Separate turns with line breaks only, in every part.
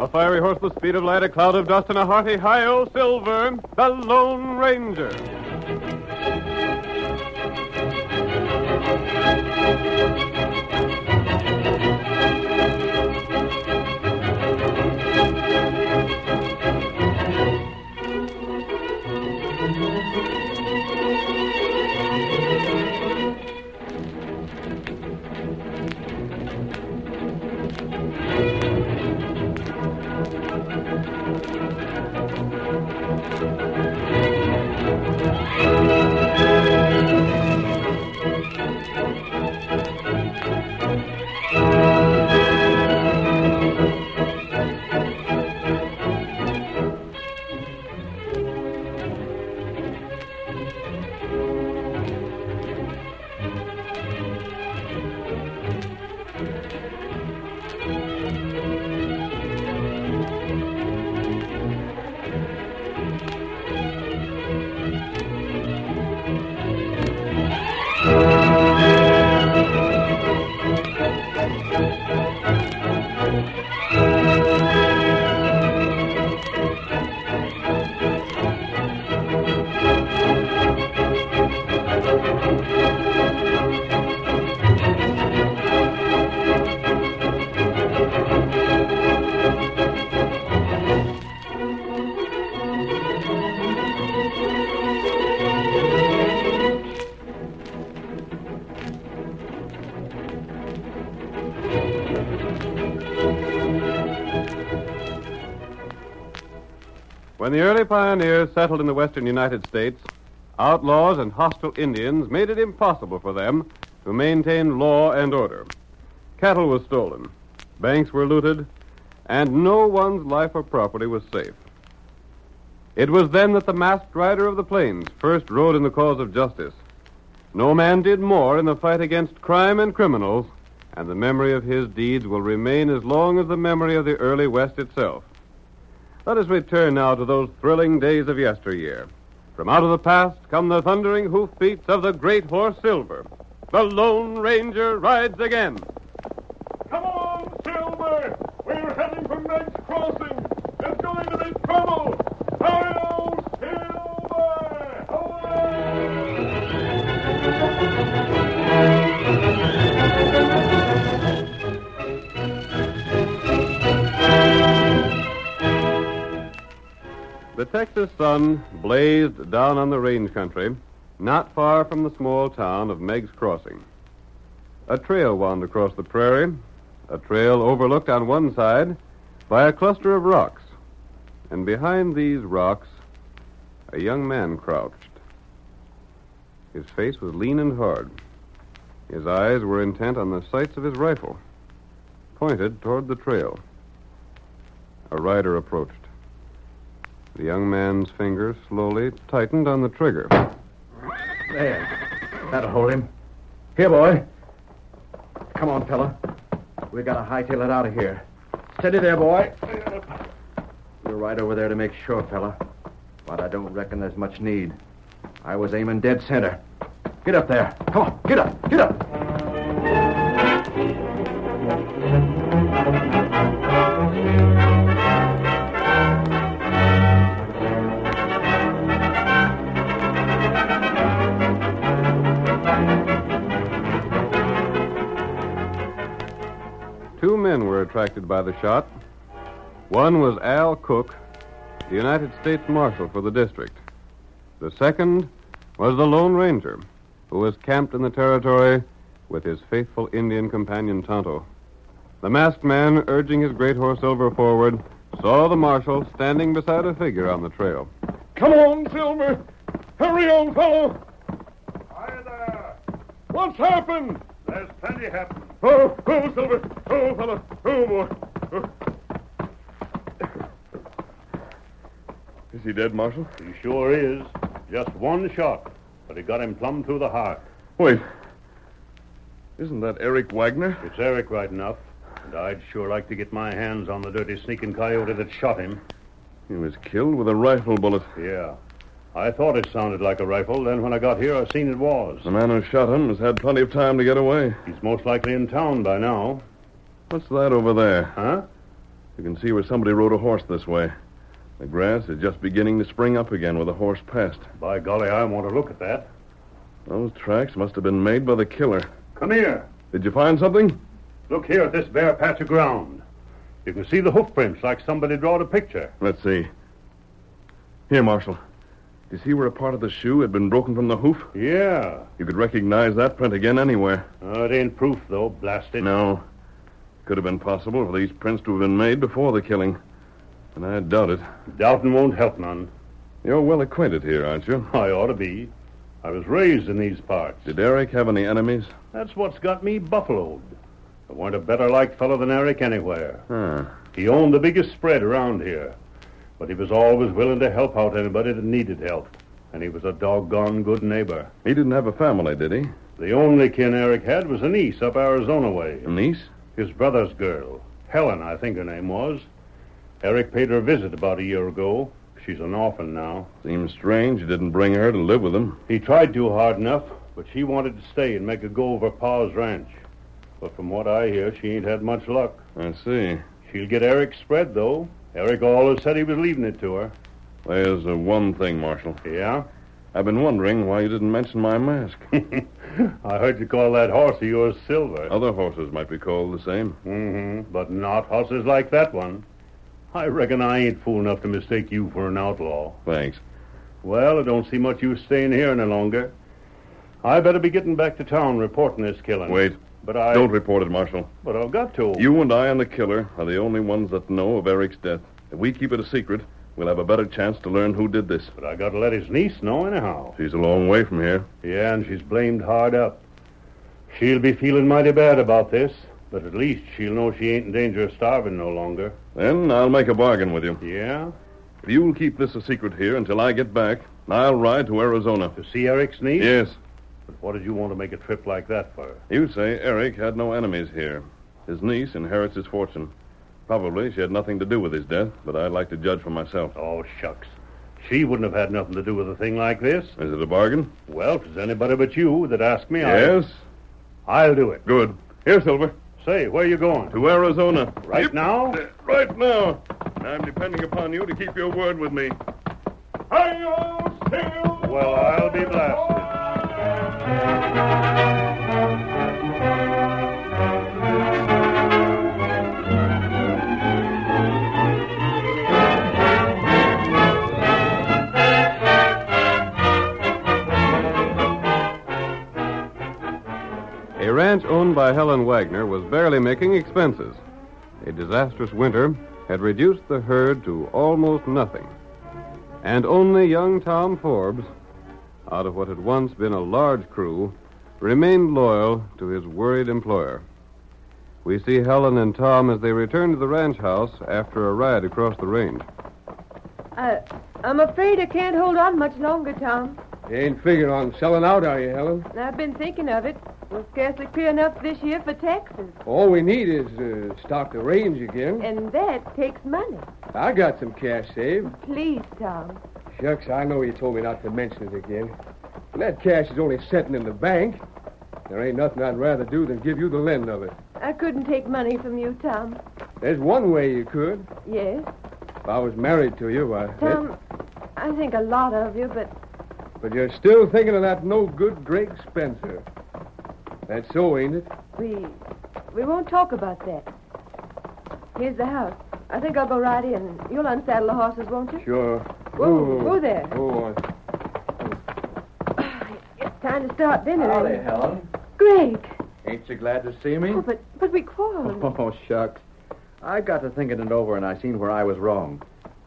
A fiery horse with speed of light, a cloud of dust, and a hearty hi-yo silver, the Lone Ranger. When the early pioneers settled in the western United States, outlaws and hostile Indians made it impossible for them to maintain law and order. Cattle was stolen, banks were looted, and no one's life or property was safe. It was then that the masked rider of the plains first rode in the cause of justice. No man did more in the fight against crime and criminals, and the memory of his deeds will remain as long as the memory of the early West itself. Let us return now to those thrilling days of yesteryear. From out of the past come the thundering hoofbeats of the great horse Silver. The Lone Ranger rides again.
Come on, Silver! We're heading for Meg's Crossing! There's going to be trouble! Hi-yo, Silver! Away!
The Texas sun blazed down on the range country, not far from the small town of Meg's Crossing. A trail wound across the prairie, a trail overlooked on one side by a cluster of rocks, and behind these rocks, a young man crouched. His face was lean and hard. His eyes were intent on the sights of his rifle, pointed toward the trail. A rider approached. The young man's finger slowly tightened on the trigger.
There. That'll hold him. Here, boy. Come on, fella. We gotta hightail it out of here. Steady there, boy. You're right over there to make sure, fella. But I don't reckon there's much need. I was aiming dead center. Get up there. Come on, get up, get up.
Two men were attracted by the shot. One was Al Cook, the United States Marshal for the district. The second was the Lone Ranger, who was camped in the territory with his faithful Indian companion Tonto. The masked man, urging his great horse Silver forward, saw the marshal standing beside a figure on the trail.
Come on, Silver! Hurry, old fellow! Hi there! What's happened? There's plenty happened. Oh, oh, Silver! Oh, fellow! Oh, boy! Oh.
Is he dead, Marshal?
He sure is. Just one shot, but he got him plumb through the heart.
Wait. Isn't that Eric Wagner?
It's Eric right enough, and I'd sure like to get my hands on the dirty sneaking coyote that shot him.
He was killed with a rifle bullet.
Yeah. I thought it sounded like a rifle, then when I got here, I seen it was.
The man who shot him has had plenty of time to get away.
He's most likely in town by now.
What's that over there?
Huh?
You can see where somebody rode a horse this way. The grass is just beginning to spring up again where the horse passed.
By golly, I want to look at that.
Those tracks must have been made by the killer.
Come here.
Did you find something?
Look here at this bare patch of ground. You can see the hoof prints like somebody drawed a picture.
Let's see. Here, Marshal. Do you see where a part of the shoe had been broken from the hoof?
Yeah.
You could recognize that print again anywhere.
Uh, it ain't proof, though, blasted.
No. Could have been possible for these prints to have been made before the killing. And I doubt it.
Doubting won't help none.
You're well acquainted here, aren't you?
I ought to be. I was raised in these parts.
Did Eric have any enemies?
That's what's got me buffaloed. There weren't a better liked fellow than Eric anywhere.
Huh.
He owned the biggest spread around here, but he was always willing to help out anybody that needed help, and he was a doggone good neighbor.
He didn't have a family, did he?
The only kin Eric had was a niece up Arizona way,
A niece?
his brother's girl, Helen, I think her name was. Eric paid her a visit about a year ago. She's an orphan now.
Seems strange you didn't bring her to live with him.
He tried to hard enough, but she wanted to stay and make a go over Pa's ranch. But from what I hear, she ain't had much luck.
I see.
She'll get Eric spread, though. Eric always said he was leaving it to her.
There's uh, one thing, Marshal.
Yeah?
I've been wondering why you didn't mention my mask.
I heard you call that horse of yours Silver.
Other horses might be called the same.
Mm-hmm. But not horses like that one. I reckon I ain't fool enough to mistake you for an outlaw.
Thanks.
Well, I don't see much use staying here any longer. I better be getting back to town reporting this killing.
Wait.
But I.
Don't report it, Marshal.
But I've got to.
You and I and the killer are the only ones that know of Eric's death. If we keep it a secret, we'll have a better chance to learn who did this.
But I gotta let his niece know anyhow.
She's a long way from here.
Yeah, and she's blamed hard up. She'll be feeling mighty bad about this, but at least she'll know she ain't in danger of starving no longer.
Then I'll make a bargain with you.
Yeah?
If you'll keep this a secret here until I get back, I'll ride to Arizona.
To see Eric's niece?
Yes.
But what did you want to make a trip like that for?
You say Eric had no enemies here. His niece inherits his fortune. Probably she had nothing to do with his death, but I'd like to judge for myself.
Oh, shucks. She wouldn't have had nothing to do with a thing like this.
Is it a bargain?
Well, if there's anybody but you that asked me,
Yes.
I, I'll do it.
Good. Here, Silver.
Say, where you going?
To Arizona.
Right
Yep.
now?
Uh, Right now. I'm depending upon you to keep your word with me.
Hi-yo, Silver!
Well, I'll be blasted.
A ranch owned by Helen Wagner was barely making expenses. A disastrous winter had reduced the herd to almost nothing. And only young Tom Forbes, out of what had once been a large crew, remained loyal to his worried employer. We see Helen and Tom as they return to the ranch house after a ride across the range.
I, I'm afraid I can't hold on much longer, Tom.
You ain't figured on selling out, are you, Helen?
I've been thinking of it. We'll scarcely clear enough this year for taxes,
All we need is uh, stock the range again.
and that takes money.
I got some cash saved.
Please, Tom.
Shucks, I know you told me not to mention it again. And that cash is only sitting in the bank. There ain't nothing I'd rather do than give you the lend of it.
I couldn't take money from you, Tom.
There's one way you could.
Yes,
If I was married to you, I.
Tom. I think a lot of you, but
But you're still thinking of that no good Drake Spencer. That's so, ain't it?
we we won't talk about that. Here's the house. I think I'll go right in. You'll unsaddle the horses, won't you?
Sure.
Whoa, whoa there.
Oh,
It's time to start dinner.
Howdy, Helen.
Greg.
Ain't you glad to see me?
Oh, but but we quarreled.
Oh, shucks. I got to thinking it over, and I seen where I was wrong.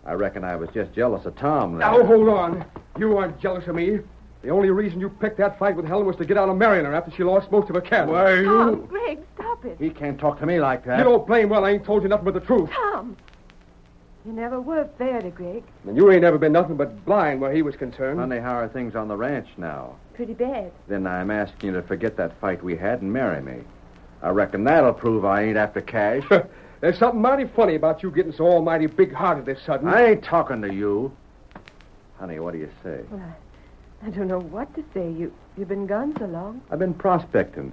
I reckon I was just jealous of Tom. Now, hold on. You aren't jealous of me. The only reason you picked that fight with Helen was to get out of marrying her after she lost most of her cattle. Why,
Tom, Greg, stop it.
He can't talk to me like that. You don't blame well I ain't told you nothing but the truth.
Tom. You never were fair to Greg.
And you ain't ever been nothing but blind where he was concerned.
Honey, how are things on the ranch now?
Pretty bad.
Then I'm asking you to forget that fight we had and marry me. I reckon that'll prove I ain't after cash.
There's something mighty funny about you getting so almighty big-hearted this sudden.
I ain't talking to you. Honey, what do you say?
I don't know what to say. You, you've been gone so long.
I've been prospecting.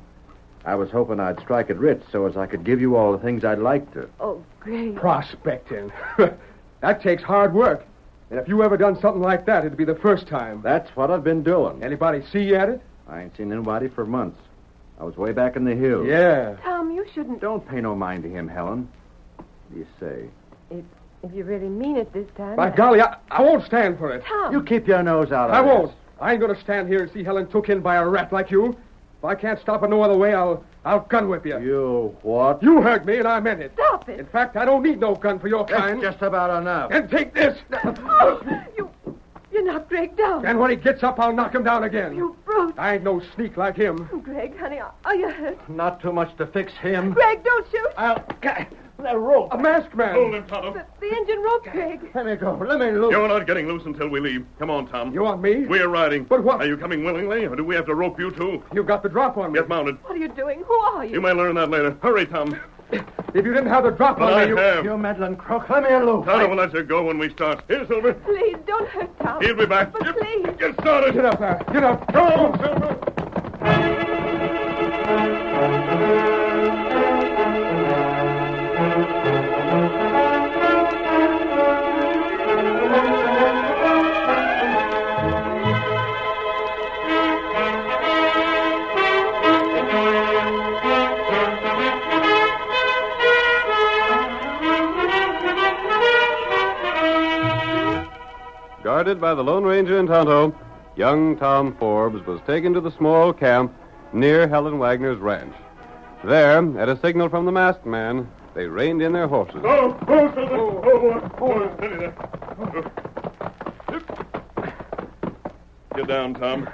I was hoping I'd strike it rich so as I could give you all the things I'd like to.
Oh, Greg.
Prospecting. that takes hard work. And if you ever done something like that, it'd be the first time.
That's what I've been doing.
Anybody see you at it?
I ain't seen anybody for months. I was way back in the hills.
Yeah.
Tom, you shouldn't.
Don't pay no mind to him, Helen. What do you say?
If you really mean it this time.
By
I-
golly, I, I won't stand for it.
Tom.
You keep your nose out of
I
this.
won't. I ain't going to stand here and see Helen took in by a rat like you. If I can't stop it no other way, I'll I'll gun whip you.
You what?
You heard me, and I meant it.
Stop it.
In fact, I don't need no gun for your kind.
That's just about enough.
And take this.
Oh, you, you knocked Greg down.
And when he gets up, I'll knock him down again.
You broke.
I ain't no sneak like him.
Greg, honey, are, are you hurt?
Not too much to fix him.
Greg, don't shoot.
I'll. That rope.
A masked man.
Hold him, Tonto.
The, the engine rope, Greg.
Let me go. Let me loose.
You're not getting loose until we leave. Come on, Tom.
You want me?
We're riding.
But what-
Are you coming willingly, or do we have to rope you too?
You got the drop on me.
Get mounted.
What are you doing? Who are you?
You may learn that later. Hurry, Tom.
If you didn't have the drop
But
on
I
me, you...
have.
You meddling crook. Let me loose.
Tonto will let you go when we start. Here, Silver.
Please, don't hurt Tom.
He'll be back.
But
Get-
please.
Get started.
Get up there. Get up.
Come on, Silver.
Guarded by the Lone Ranger and Tonto, young Tom Forbes was taken to the small camp near Helen Wagner's ranch. There, at a signal from the masked man, they reined in their horses.
Oh, oh, Silver. Oh, oh, oh, oh, steady there. Get down, Tom.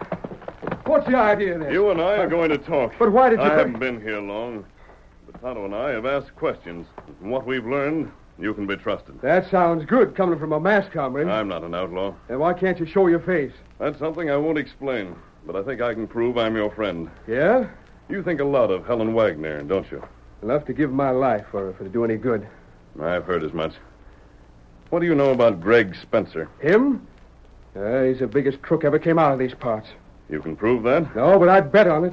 What's the idea then?
You and I are going to talk.
But why did you...
I haven't been here long, but Tonto and I have asked questions. From what we've learned, you can be trusted.
That sounds good coming from a masked comrade.
Uh.
I'm not an outlaw.
Then why can't you show your face?
That's something I won't explain, but I think I can prove I'm your friend.
Yeah?
You think a lot of Helen Wagner, don't you?
Enough to give my life for if it'd do any good.
I've heard as much. What do you know about Greg Spencer?
Him? Uh, he's the biggest crook ever came out of these parts.
You can prove that?
No, but I'd bet on it.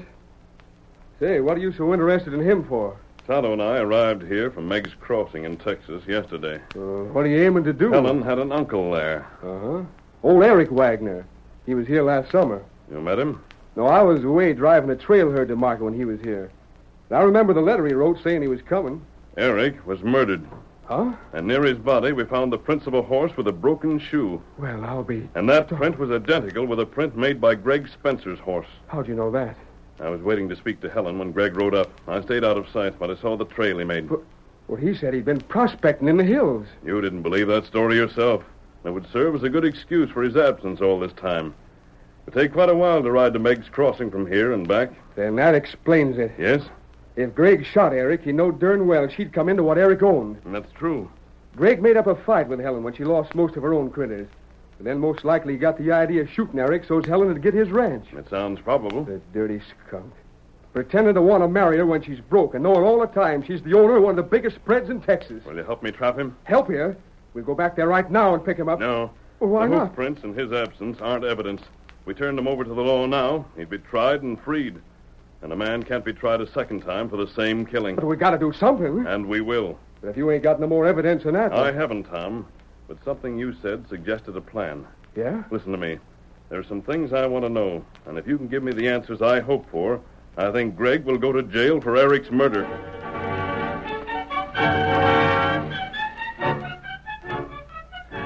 Say, what are you so interested in him for?
Tonto and I arrived here from Meg's Crossing in Texas yesterday.
Uh, what are you aiming to do?
Helen had an uncle there.
Uh-huh. Old Eric Wagner. He was here last summer.
You met him?
No, I was away driving a trail herd to market when he was here. And I remember the letter he wrote saying he was coming.
Eric was murdered,
Huh?
and near his body we found the prints of a horse with a broken shoe.
Well, I'll be.
And that print was identical with a print made by Greg Spencer's horse.
How'd you know that?
I was waiting to speak to Helen when Greg rode up. I stayed out of sight, but I saw the trail he made.
Well, he said he'd been prospecting in the hills.
You didn't believe that story yourself. It would serve as a good excuse for his absence all this time. It would take quite a while to ride to Meg's Crossing from here and back.
Then that explains it.
Yes,
If Greg shot Eric, he know darn well she'd come into what Eric owned.
and that's true.
Greg made up a fight with Helen when she lost most of her own critters. And then most likely he got the idea of shooting Eric so's Helen would get his ranch.
It sounds probable.
The dirty skunk. Pretending to want to marry her when she's broke and knowing all the time she's the owner of one of the biggest spreads in Texas.
Will you help me trap him?
Help here. We'll go back there right now and pick him up.
No.
Well, why
the hoof
not?
prints and his absence aren't evidence. We turned him over to the law now. He'd be tried and freed. And a man can't be tried a second time for the same killing.
But we gotta do something.
And we will.
But if you ain't got no more evidence than that.
I haven't, Tom, but something you said suggested a plan.
Yeah?
Listen to me. There are some things I want to know, and if you can give me the answers I hope for, I think Greg will go to jail for Eric's murder.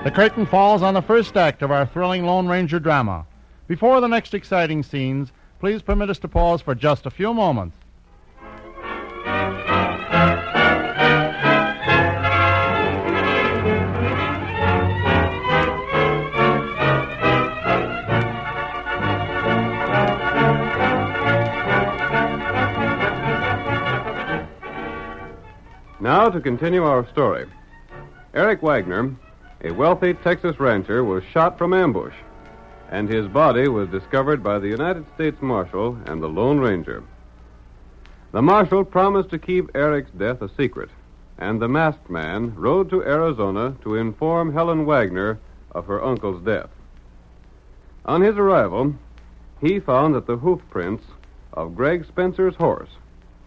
The curtain falls on the first act of our thrilling Lone Ranger drama. Before the next exciting scenes, please permit us to pause for just a few moments.
Now to continue our story. Eric Wagner,
a wealthy Texas rancher was shot from ambush, and his body was discovered by the United States Marshal and the Lone Ranger. The Marshal promised to keep Eric's death a secret, and the masked man rode to Arizona to inform Helen Wagner of her uncle's death. On his arrival, he found that the hoof prints of Greg Spencer's horse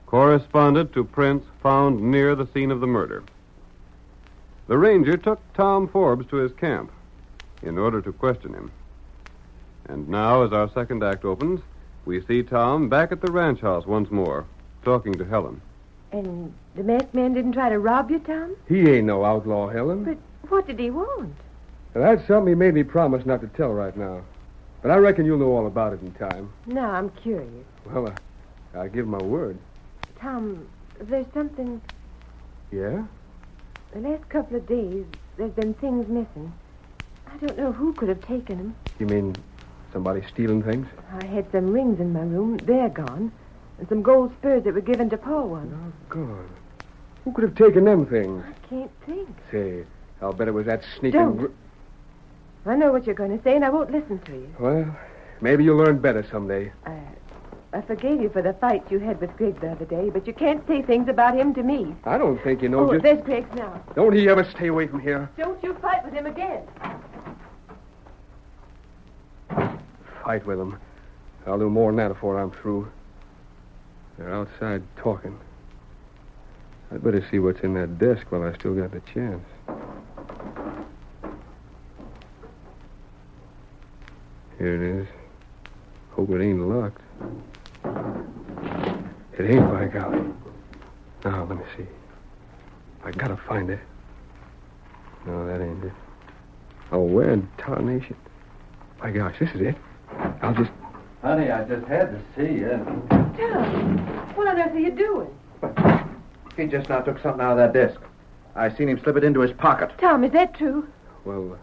corresponded to prints found near the scene of the murder. The ranger took Tom Forbes to his camp in order to question him. And now, as our second act opens, we see Tom back at the ranch house once more, talking to Helen.
And the masked man didn't try to rob you, Tom?
He ain't no outlaw, Helen.
But what did he want?
Now, that's something he made me promise not to tell right now. But I reckon you'll know all about it in time.
Now, I'm curious.
Well, I, I give my word.
Tom, there's something.
Yeah?
The last couple of days, there's been things missing. I don't know who could have taken them.
You mean somebody stealing things?
I had some rings in my room. They're gone. And some gold spurs that were given to Paul once.
God. Who could have taken them things?
I can't think.
Say, I'll bet it was that sneaking.
Don't.
gr-
I know what you're going to say, and I won't listen to you.
Well, maybe you'll learn better someday.
I, I forgave you for the fight you had with Greg the other day, but you can't say things about him to me.
I don't think you know
oh,
just.
there's Greg's now.
Don't he ever stay away from here?
Don't you fight with him again.
Fight with him. I'll do more than that before I'm through. They're outside talking. I'd better see what's in that desk while I still got the chance. Here it is. Hope it ain't locked. It ain't by golly. Now, let me see. I gotta find it. No, that ain't it. Oh, where in tarnation? My gosh, this is it. I'll just.
Honey, I just had to see you.
Tom, what on earth are you doing?
He just now took something out of that desk. I seen him slip it into his pocket.
Tom, is that true?
Well,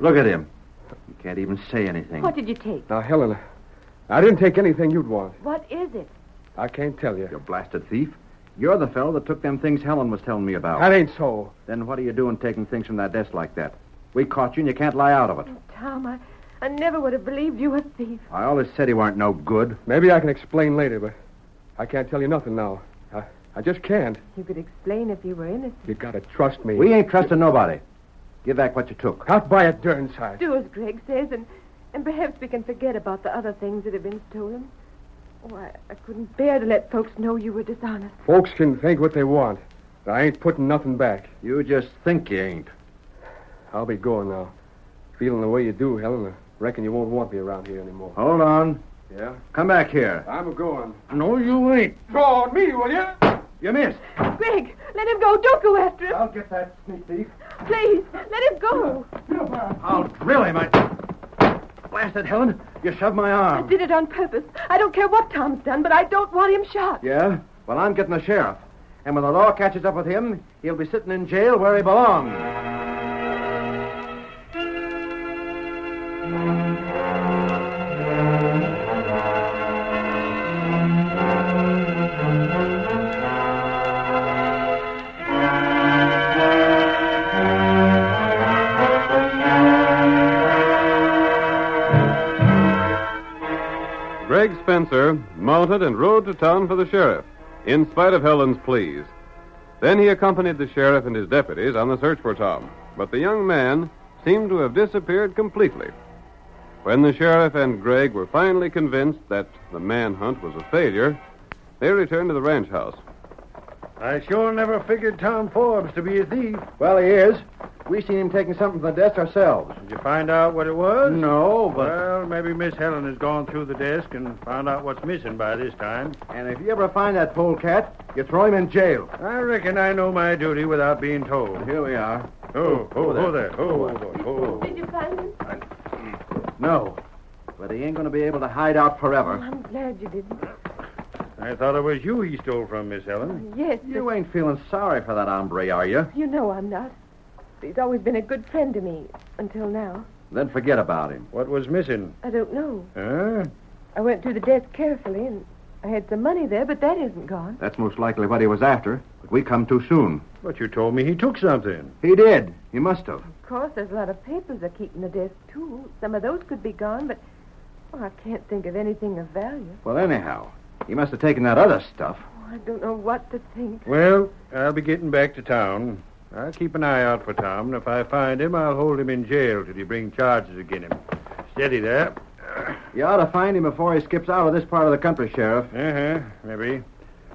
Look at him. He can't even say anything.
What did you take?
now, Helen, I didn't take anything you'd want.
What is it?
I can't tell you.
You blasted thief. You're the fellow that took them things Helen was telling me about.
That ain't so.
Then what are you doing taking things from that desk like that? We caught you and you can't lie out of it.
Tom, I, I never would have believed you a thief.
I always said he weren't no good.
Maybe I can explain later, but I can't tell you nothing now. I, I just can't.
You could explain if you were innocent.
You gotta trust me.
We ain't trusting nobody. Give back what you took.
out by a dern side.
Do as Greg says, and, and perhaps we can forget about the other things that have been stolen. Oh, I, I couldn't bear to let folks know you were dishonest.
Folks can think what they want, but I ain't putting nothing back.
You just think you ain't.
I'll be going now. Feeling the way you do, Helen, I reckon you won't want me around here anymore.
Hold on.
Yeah?
Come back here.
I'm a going.
No, you ain't.
Draw on me, will you?
You missed.
Greg, let him go. Don't go after him.
I'll get that sneak thief.
Please, let him go.
I'll drill him. I... Blasted, Helen. You shoved my
I
arm.
did it on purpose. I don't care what Tom's done, but I don't want him shot.
Yeah? Well, I'm getting the sheriff. And when the law catches up with him, he'll be sitting in jail where he belongs.
Greg Spencer mounted and rode to town for the sheriff, in spite of Helen's pleas. Then he accompanied the sheriff and his deputies on the search for Tom, but the young man seemed to have disappeared completely. When the sheriff and Greg were finally convinced that the manhunt was a failure, they returned to the ranch house.
I sure never figured Tom Forbes to be a thief.
Well, he is. We seen him taking something from the desk ourselves.
Did you find out what it was?
No,
Well, maybe Miss Helen has gone through the desk and found out what's missing by this time.
And if you ever find that polecat, you throw him in jail.
I reckon I know my duty without being told.
Here we are.
Oh, oh, oh, there. Oh, oh, oh.
Did you find him?
No. But he ain't going to be able to hide out forever.
I'm glad you didn't.
I thought it was you he stole from, Miss Helen.
Yes,
You ain't feeling sorry for that hombre, are you?
but you know I'm not. He's always been a good friend to me until now.
Then forget about him.
What was missing?
I don't know.
Huh?
I went through the desk carefully, and I had some money there, but that isn't gone.
That's most likely what he was after, but we come too soon.
But you told me he took something.
He did. He must have.
Of course, there's a lot of papers I keep in the desk, too. Some of those could be gone, but well, I can't think of anything of value.
Well, anyhow, he must have taken that other stuff.
Oh, I don't know what to think.
Well, I'll be getting back to town. I'll keep an eye out for Tom, and if I find him, I'll hold him in jail till you bring charges against him. Steady there.
You ought to find him before he skips out of this part of the country, Sheriff.
Uh huh, maybe.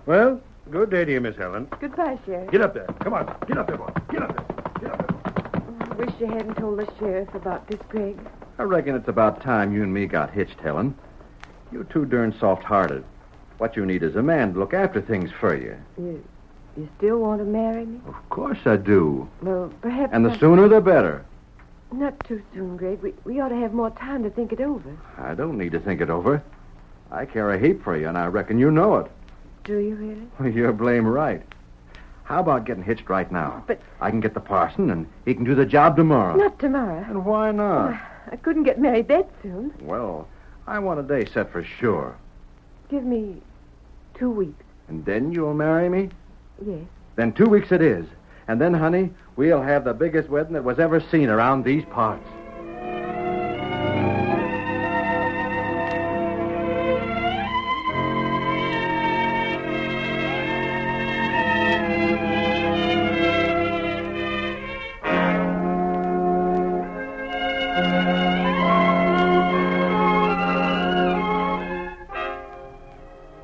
Well, good day to you, Miss Helen.
Goodbye, Sheriff.
Get up there. Come on. Get up there, boy. Get up there. Get up there. boy.
I wish you hadn't told the sheriff about this, Greg.
I reckon it's about time you and me got hitched, Helen. You're too darn soft hearted. What you need is a man to look after things for you.
You, you still want to marry me?
Of course I do.
Well, perhaps.
And the
not,
sooner the better.
not too soon, Greg. We, we ought to have more time to think it over.
I don't need to think it over. I care a heap for you, and I reckon you know it.
Do you really?
You're blame right. How about getting hitched right now?
But-
I can get the parson, and he can do the job tomorrow.
Not tomorrow.
Uh,
Ah,
And why not?
I couldn't get married that soon.
Well, I want a day set for sure.
Give me two weeks.
And then you'll marry me?
Yes.
Then two weeks it is. And then, honey, we'll have the biggest wedding that was ever seen around these parts.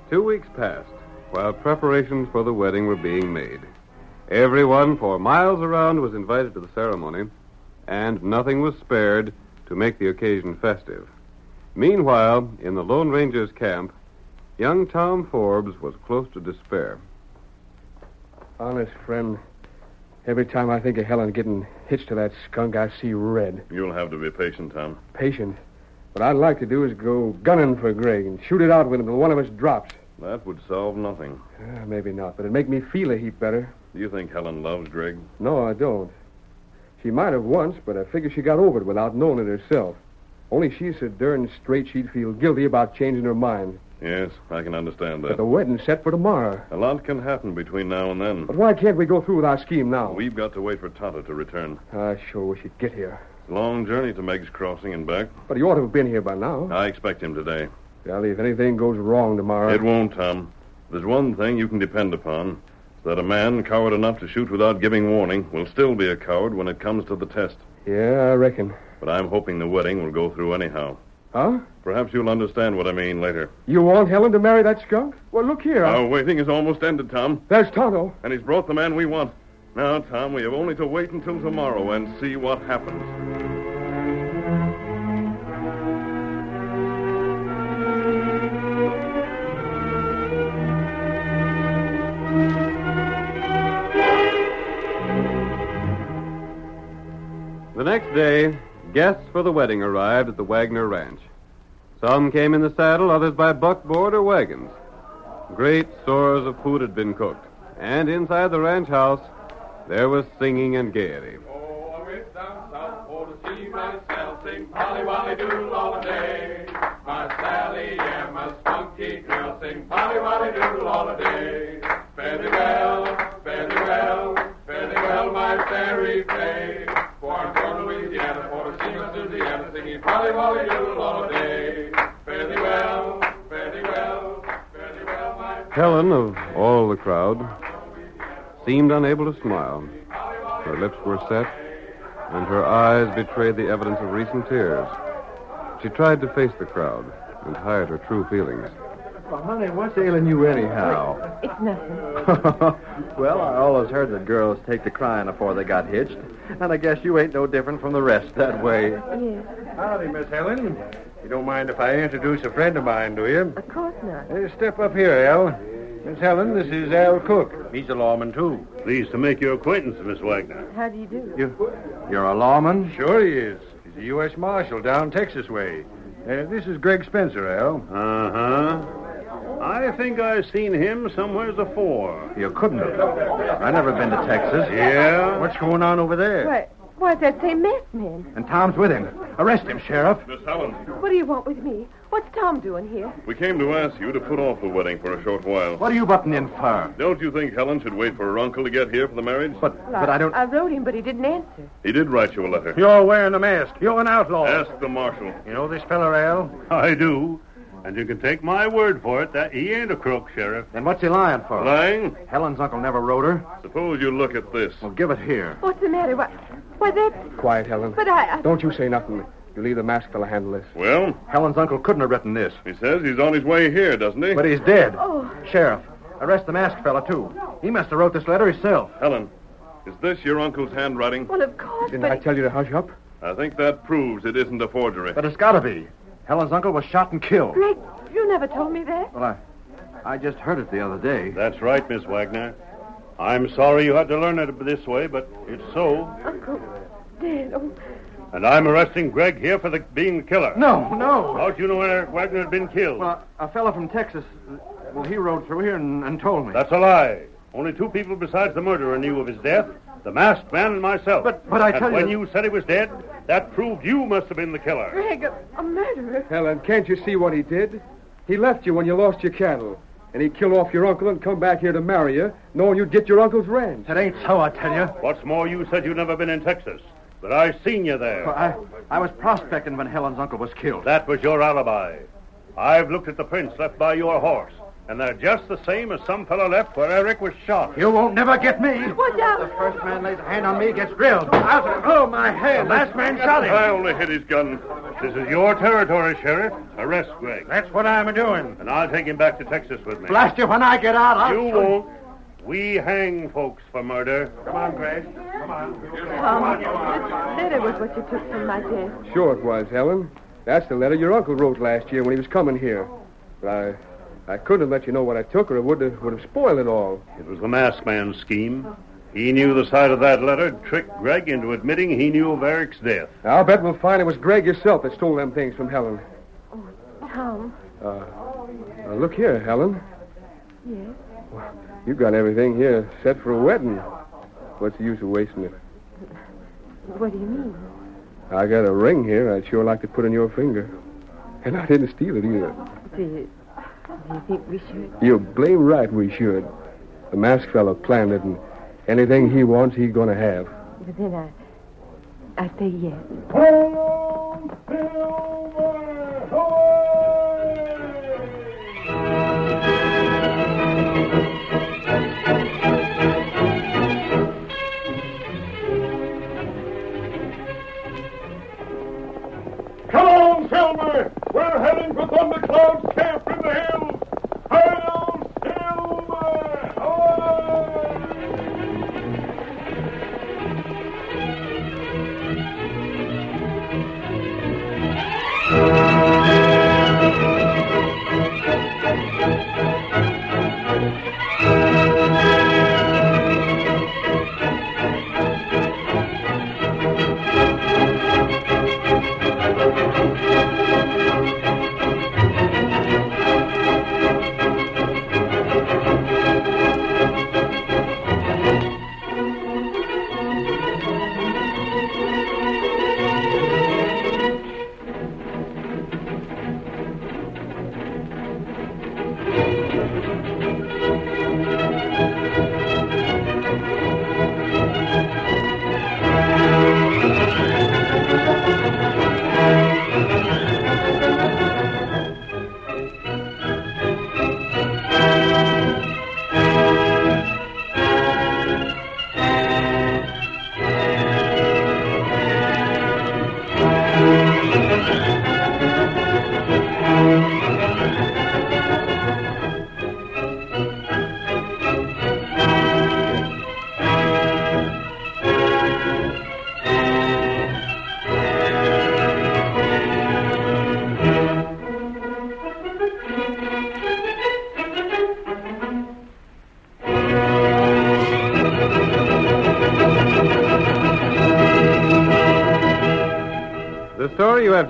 Two weeks passed while preparations for the wedding were being made. Everyone for miles around was invited to the ceremony, and nothing was spared to make the occasion festive. Meanwhile, in the Lone Ranger's camp, young Tom Forbes was close to despair.
Honest friend, every time I think of Helen getting hitched to that skunk, I see red.
You'll have to be patient, Tom.
Patient. What I'd like to do is go gunning for Greg and shoot it out with him till one of us drops.
That would solve nothing.
Uh, maybe not, but it'd make me feel a heap better.
Do you think Helen loves Greg?
No, I don't. She might have once, but I figure she got over it without knowing it herself. Only she's so darn straight she'd feel guilty about changing her mind.
Yes, I can understand
But the wedding's set for tomorrow.
A lot can happen between now and then.
But why can't we go through with our scheme now?
We've got to wait for Tonto to return.
I sure wish he'd get here.
It's a long journey to Meg's Crossing and back.
But he ought to have been here by now.
I expect him today.
Well, if anything goes wrong tomorrow.
It won't, Tom. There's one thing you can depend upon. It's that a man coward enough to shoot without giving warning will still be a coward when it comes to the test.
Yeah, I reckon.
But I'm hoping the wedding will go through anyhow.
Huh?
Perhaps you'll understand what I mean later.
You want Helen to marry that skunk? Well, look here. I-
Our waiting is almost ended, Tom,
There's Tonto.
and he's brought the man we want. Now, Tom, we have only to wait until tomorrow and see what happens.
The next day, guests for the wedding arrived at the Wagner Ranch. Some came in the saddle, others by buckboard or wagons. Great stores of food had been cooked, and inside the ranch house, there was singing and gaiety.
Oh, I went down south for to see myself sing Polly Wally Doodle all the day. My Sally and my spunky girl sing Polly Wally Doodle all the day. Fare thee well, fare thee well, fare thee well, my fairy fay. For I'm from Louisiana, for to see my Louisiana singing Polly Wally Doodle all the day. Fare thee well, fare thee well, fare thee well, my
Helen, of all the crowd, seemed unable to smile. Her lips were set, and her eyes betrayed the evidence of recent tears. She tried to face the crowd and hide her true feelings.
Well, honey, what's ailing you anyhow?
It's nothing.
well, I always heard that girls take to crying afore they got hitched, and I guess you ain't no different from the rest that way.
Yes.
Howdy, Miss Helen. You don't mind if I introduce a friend of mine, do you?
Of course not.
step up here, Al. Miss Helen, this is Al Cook. He's a lawman, too. Pleased to make your acquaintance, Miss Wagner.
How do you do?
You're a lawman?
Sure he is. He's a U.S. Marshal down Texas way.
Uh,
this is Greg Spencer, Al. Uh huh. I think I've seen him somewheres afore.
You couldn't have. I've never been to Texas.
Yeah?
going on over there?
Why, Why, it's that same masked man.
And Tom's with him. Arrest him, Sheriff.
Miss Helen,
What do you want with me? What's Tom doing here?
we came to ask you to put off the wedding for a short while.
What are you butting in for?
Don't you think Helen should wait for her uncle to get here for the marriage? But,
Well, I wrote him, but he didn't answer.
He did write you a letter.
You're wearing a mask. You're an outlaw.
Ask the marshal.
You know this fella, Al?
I do. And you can take my word for it that he ain't a crook, Sheriff.
Then what's he lying for?
Lying?
Helen's uncle never wrote her.
Suppose you look at this.
Well, give it here.
What's the matter? Why, why that?
Quiet, Helen.
But I. I
Don't you say nothing. You leave the mask fella handle this.
Well,
Helen's uncle couldn't have written this.
he says he's on his way here, doesn't he?
But he's dead.
Oh,
Sheriff, arrest the masked fella, too. He must have wrote this letter himself.
Helen, is this your uncle's handwriting?
well, of course,
Didn't
but
I tell you to hush up?
I think that proves it isn't a forgery.
But it's gotta be. Helen's uncle was shot and killed.
Greg, you never told me that.
Well, I, I just heard it the other day.
That's right, Miss Wagner. I'm sorry you had to learn it this way, but it's so.
Uncle, dead. Oh,
And I'm arresting Greg here for the, being the killer.
No, no.
How'd you know Eric Wagner had been killed?
Well, a fella from Texas, well, he rode through here and, and told me.
That's a lie. Only two people besides the murderer knew of his death the masked man and myself.
But- but I
and
tell you-
When you said he was dead, that proved you must have been the killer.
Greg, a, a murderer.
Helen, can't you see what he did? He left you when you lost your cattle. And he killed off your uncle and come back here to marry you, knowing you'd get your uncle's ranch.
It ain't so, I tell you.
What's more, you said you'd never been in Texas, but I seen you there.
Well, I, I was prospecting when Helen's uncle was killed.
That was your alibi. I've looked at the prints left by your horse, and they're just the same as some fellow left where Eric was shot.
You won't never get me.
Watch
The
out.
first man lays a hand on me gets drilled. I'll blow my hand. Last man shot
I
him.
only hit his gun.
This is your territory, Sheriff. Arrest Greg,
That's what I'm doing.
and I'll take him back to Texas with me.
Blast you when I get out. I'll
You won't. We hang folks for murder. Come on, Greg. Come on.
Tom, this letter was what you took from my desk.
Sure it was, Helen. That's the letter your uncle wrote last year when he was coming here. But I, I couldn't have let you know what I took, or it would have, would have spoiled it all.
It was the masked man's scheme. He knew the side of that letter tricked Greg into admitting he knew of Eric's death.
I'll bet we'll find it was Greg yourself that stole them things from Helen.
Tom,
Now, look here, Helen.
yes.
You've got everything here set for a wedding. What's the use of wasting it?
What do you mean?
I got a ring here I'd sure like to put on your finger. And I didn't steal it either.
Do you, do you think we should?
You're blame right we should. The masked fellow planned it, and anything he wants, he's gonna have.
But then I, I say yes.
Come on, Silver! We're heading for Thundercloud's camp in the hills! Hurry on, Silver!
The story you have